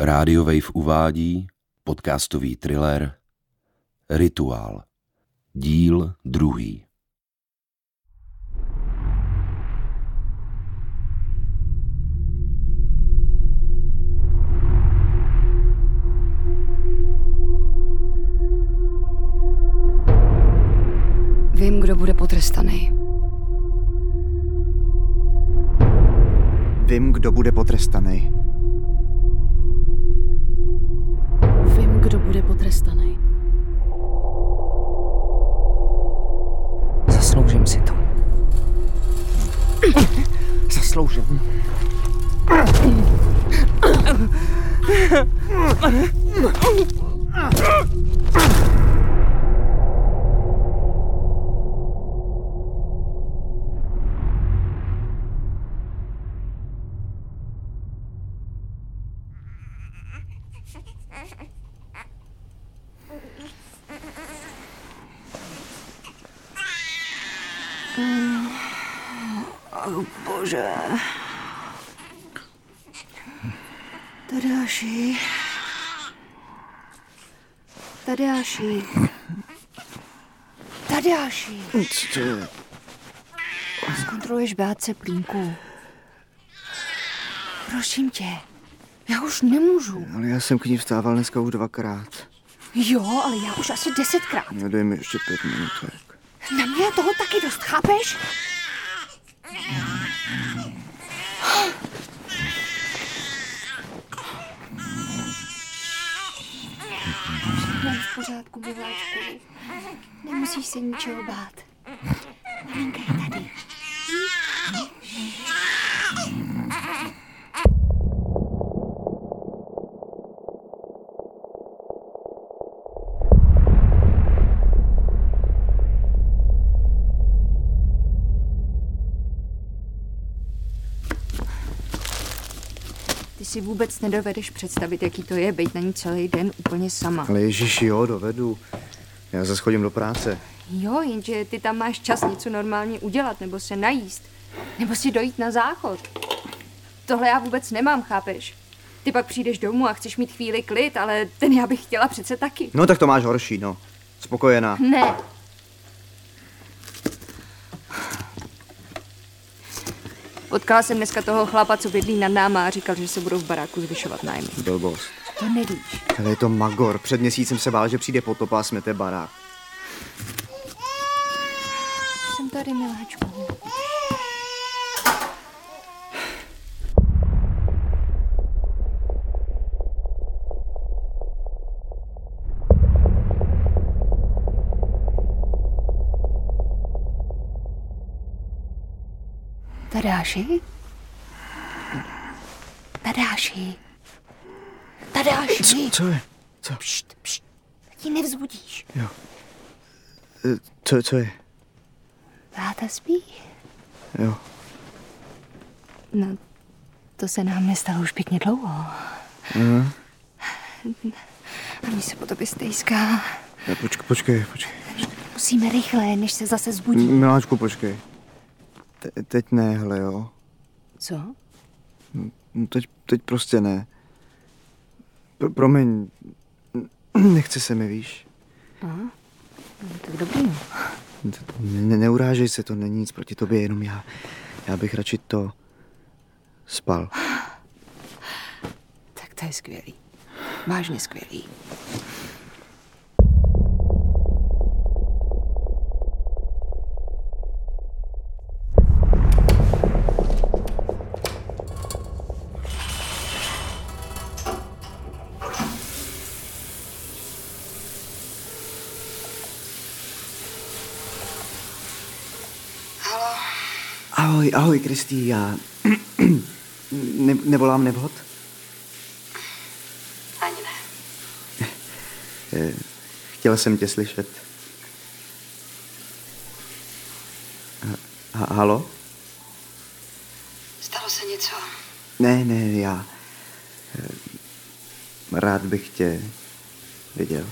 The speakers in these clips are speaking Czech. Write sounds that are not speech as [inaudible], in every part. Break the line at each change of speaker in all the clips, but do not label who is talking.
Radio Wave uvádí podcastový thriller Rituál. Díl druhý.
Vím, kdo bude potrestaný.
Vím, kdo bude potrestaný.
Vím, kdo bude potrestaný.
Zasloužím si to.
Zasloužím.
Bože. Tadáši. Tadáši. Tadáši.
Co?
Zkontroluješ bátce plínku. Prosím tě. Já už nemůžu.
Ale já jsem k ní vstával dneska už dvakrát.
Jo, ale já už asi desetkrát.
No dej mi ještě pět minutek.
Na mě je toho taky dost, chápeš? Všechno je v pořádku, Biváčku. Nemusíš se ničeho bát. Maminka je tady. Ty si vůbec nedovedeš představit, jaký to je, být na ní celý den úplně sama.
Ale ježiši, jo, dovedu. Já zase chodím do práce.
Jo, jenže ty tam máš čas něco normálně udělat, nebo se najíst, nebo si dojít na záchod. Tohle já vůbec nemám, chápeš? Ty pak přijdeš domů a chceš mít chvíli klid, ale ten já bych chtěla přece taky.
No tak to máš horší, no. Spokojená.
Ne. Potkala jsem dneska toho chlapa, co bydlí nad náma a říkal, že se budou v baráku zvyšovat nájmy.
Blbost.
To nevíš.
Ale je to magor. Před měsícem se bál, že přijde potopa a smete barák.
Jsem tady, miláčku. Tadáši? Tadáši? Tadáši?
Co je? Co?
Pšt, pšt. Ti nevzbudíš.
Jo. E, Co, co je?
Táta spí?
Jo.
No, to se nám nestalo už pěkně dlouho. Mm-hmm. A mi se po tobě stejská.
E, Počkej, počkej, počkej.
Musíme rychle, než se zase zbudí.
M- Miláčku, počkej. Te- teď ne, hele, jo.
Mm. Co?
No teď, teď prostě ne. Pro, promiň, [clears throat] nechce se mi, víš.
No, tak dobrý. no.
Ne, neurážej se, to není nic proti tobě, jenom já, já bych radši to spal.
Tak to je skvělý. Vážně skvělý.
Ahoj, ahoj, Kristý, já [clears throat] ne, nevolám nevhod?
Ani ne.
Eh, Chtěla jsem tě slyšet. Ha, ha, halo?
Stalo se něco.
Ne, ne, já eh, rád bych tě viděl.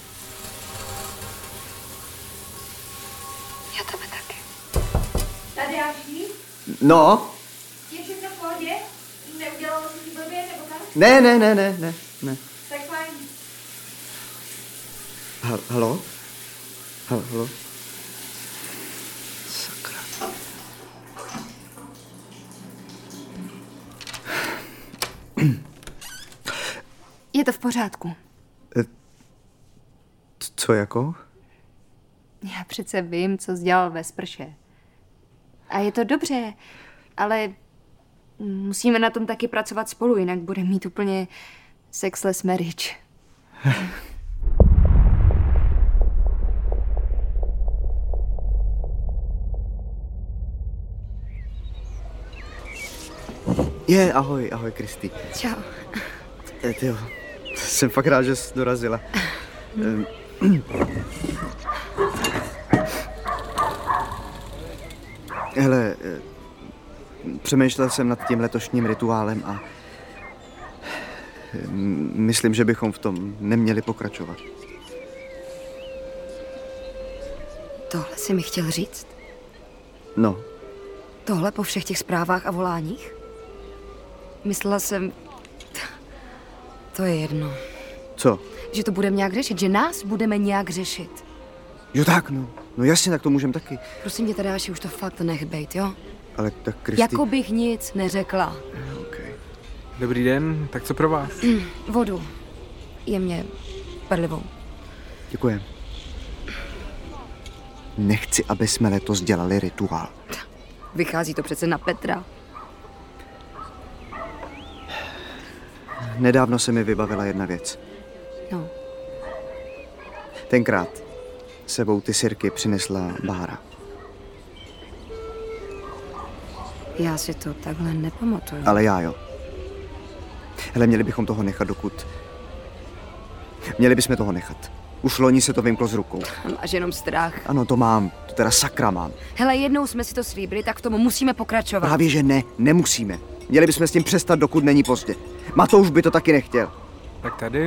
Já tebe taky.
Tady já vím,
No,
je všechno v pohodě? Neudělalo se ti blbě nebo tak?
Ne, ne, ne, ne, ne, ne.
Tak fajn.
Ha- Halo? Ha- Halo? Sakra.
Je to v pořádku.
C- Co jako?
Já přece vím, co jsi dělal ve sprše. A je to dobře, ale musíme na tom taky pracovat spolu, jinak bude mít úplně sexless marriage.
Je, ahoj, ahoj, Kristý.
Čau.
Eh, Ty jo, jsem fakt rád, že jsi dorazila. Ehm. Hele, eh, přemýšlel jsem nad tím letošním rituálem a eh, myslím, že bychom v tom neměli pokračovat.
Tohle jsi mi chtěl říct?
No,
Tohle po všech těch zprávách a voláních? Myslela jsem... To je jedno.
co?
Že to budeme nějak řešit, že nás budeme nějak řešit.
Jo tak, no. No jasně, tak to můžem taky.
Prosím tě, Tadáši, už to fakt nech bejt, jo?
Ale tak Kristý...
Jako bych nic neřekla.
Okay.
Dobrý den, tak co pro vás?
Vodu. Jemně. Perlivou.
Děkujem. Nechci, aby jsme letos dělali rituál.
Vychází to přece na Petra.
Nedávno se mi vybavila jedna věc.
No.
Tenkrát sebou ty sirky přinesla Bára.
Já si to takhle nepamatuju.
Ale já jo. Hele, měli bychom toho nechat dokud... Měli bychom toho nechat. Už loni se to vymklo z rukou.
Máš jenom strach.
Ano, to mám. To teda sakra mám.
Hele, jednou jsme si to slíbili, tak v tom musíme pokračovat.
Právě, že ne. Nemusíme. Měli bychom s tím přestat, dokud není pozdě. Matouš by to taky nechtěl.
Tak tady.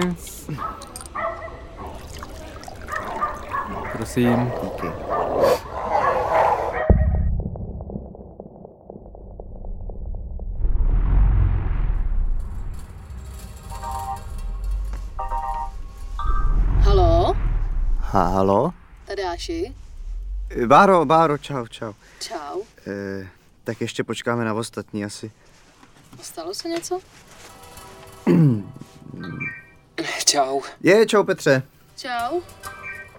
Prosím.
Díky.
Halo?
Halo?
Tadáši?
Báro, Báro, čau, čau.
Čau.
Eh, tak ještě počkáme na ostatní asi.
Stalo se něco? Čau.
Je, čau Petře.
Čau.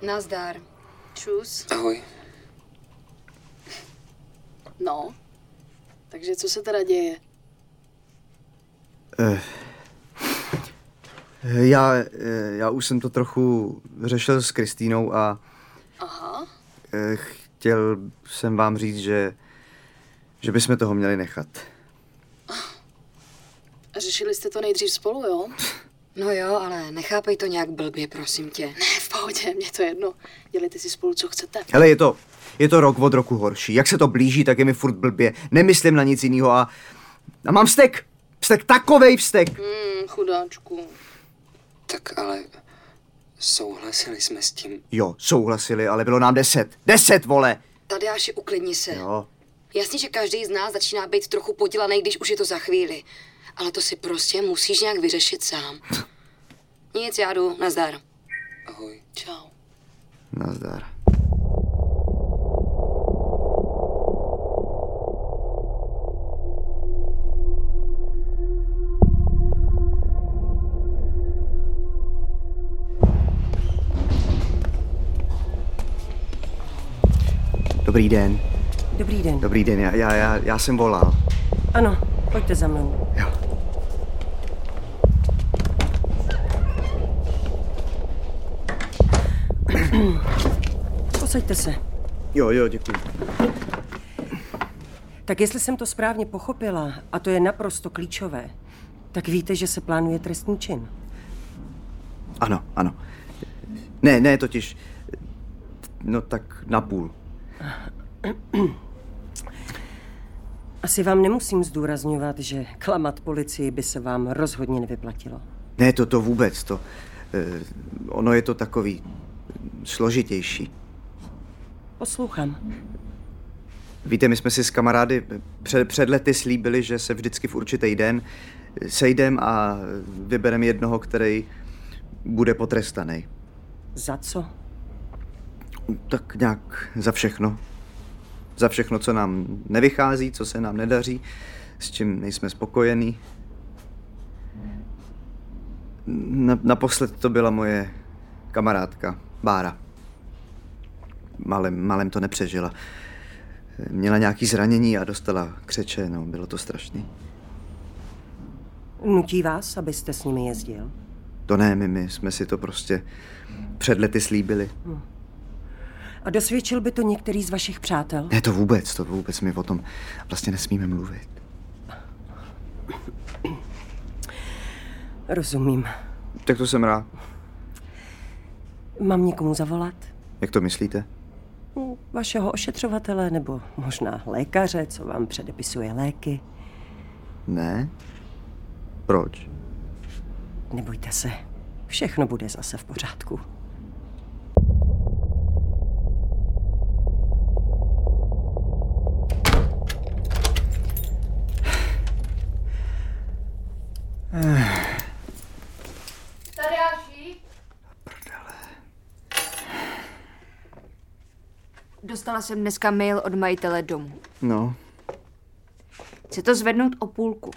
Nazdar.
Čus.
Ahoj.
No. Takže co se teda děje?
Eh, Já, eh, já už jsem to trochu řešil s Kristýnou a
Aha.
eh, chtěl jsem vám říct, že, že bychom toho měli nechat.
Řešili jste to nejdřív spolu, jo?
[laughs] No jo, ale nechápej to nějak blbě, prosím tě.
Ne, v pohodě, mě to jedno. Dělejte si spolu, co chcete.
Hele, je to, je to rok od roku horší. Jak se to blíží, tak je mi furt blbě. Nemyslím na nic jiného a, a mám vztek. Vztek, takovej vztek.
Hmm, chudáčku.
Tak ale souhlasili jsme s tím.
Jo, souhlasili, ale bylo nám deset. Deset, vole!
Tadeáši, uklidni se.
Jo,
Jasně, že každý z nás začíná být trochu podělaný, když už je to za chvíli. Ale to si prostě musíš nějak vyřešit sám. Nic, já jdu, nazdar.
Ahoj.
Čau.
nazdar. Dobrý den.
Dobrý den.
Dobrý den, já, já, já, já jsem volal.
Ano, pojďte za mnou.
Jo.
Posaďte se.
Jo, jo, děkuji.
Tak jestli jsem to správně pochopila, a to je naprosto klíčové, tak víte, že se plánuje trestný čin.
Ano, ano. Ne, ne, totiž... No tak napůl.
Asi vám nemusím zdůrazňovat, že klamat policii by se vám rozhodně nevyplatilo.
Ne, to, to vůbec, to... Eh, ono je to takový složitější.
Poslouchám.
Víte, my jsme si s kamarády před, před lety slíbili, že se vždycky v určitý den sejdem a vybereme jednoho, který bude potrestaný.
Za co?
Tak nějak za všechno. Za všechno, co nám nevychází, co se nám nedaří, s čím nejsme spokojení. Na, naposled to byla moje kamarádka, Bára. Malem, malem to nepřežila. Měla nějaký zranění a dostala křeče, no bylo to strašný.
Nutí vás, abyste s nimi jezdil?
To ne, my, my jsme si to prostě před lety slíbili.
A dosvědčil by to některý z vašich přátel?
Ne, to vůbec, to vůbec, my o tom vlastně nesmíme mluvit.
Rozumím.
Tak to jsem rád.
Mám někomu zavolat?
Jak to myslíte?
Hm, Vašeho ošetřovatele nebo možná lékaře, co vám předepisuje léky?
Ne? Proč?
Nebojte se, všechno bude zase v pořádku.
Dostala jsem dneska mail od majitele domu.
No,
Chce to zvednout o půlku.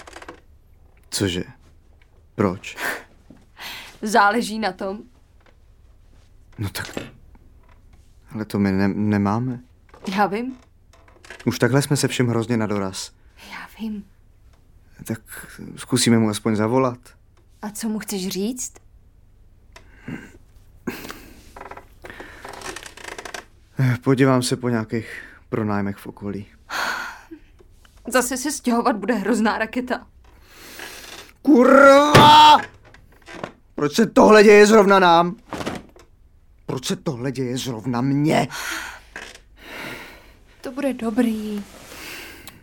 cože? Proč?
Záleží na tom.
No tak... Ale to my ne- nemáme.
Já vím,
Už takhle jsme se všem hrozně na doraz.
já vím.
Tak zkusíme mu aspoň zavolat.
A co mu chceš říct?
Eh, Podívám se po nějakých pronájmech v okolí.
Zase se stěhovat bude hrozná raketa.
Kurva! Proč se tohle děje zrovna nám? Proč se tohle děje zrovna mně?
To bude dobrý.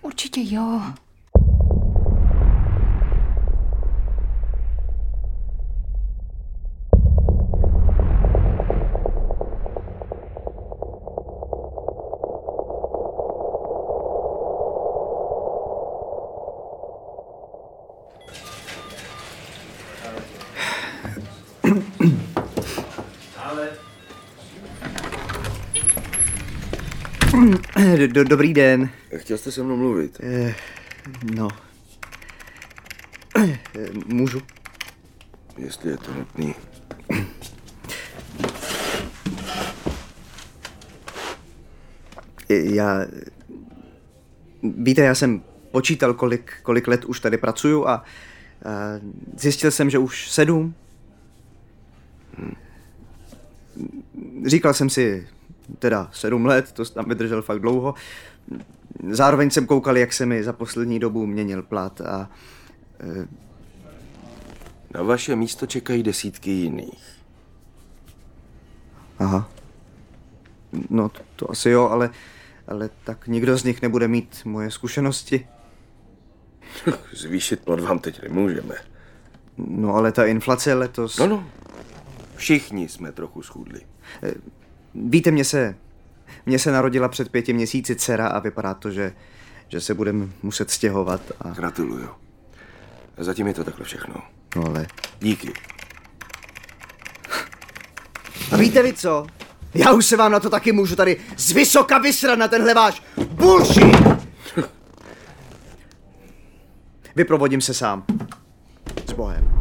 Určitě jo.
Eh, [coughs] do- Dobrý den.
Chtěl jste se mnou mluvit?
Eh, No. Eh, Můžu?
Jestli je to nutný.
Eh, Já... Víte, já jsem počítal, kolik, kolik let už tady pracuju a, a zjistil jsem, že už sedm. Říkal jsem si, teda sedm let, to tam vydržel fakt dlouho. Zároveň jsem koukal, jak se mi za poslední dobu měnil plat a
Na vaše místo čekají desítky jiných.
Aha. No, to, to asi jo, ale, ale tak nikdo z nich nebude mít moje zkušenosti.
[laughs] Zvýšit plat vám teď nemůžeme.
No, ale ta inflace letos...
No, no. Všichni jsme trochu schudli.
Víte, mě se, mě se narodila před pěti měsíci dcera a vypadá to, že, že se budeme muset stěhovat. A,
Gratuluju. Zatím je to takhle všechno.
no, ale...
Díky.
A víte vy co? Já už se vám na to taky můžu tady z vysoka vysrat na tenhle váš bullshit! Vyprovodím se sám. S Bohem.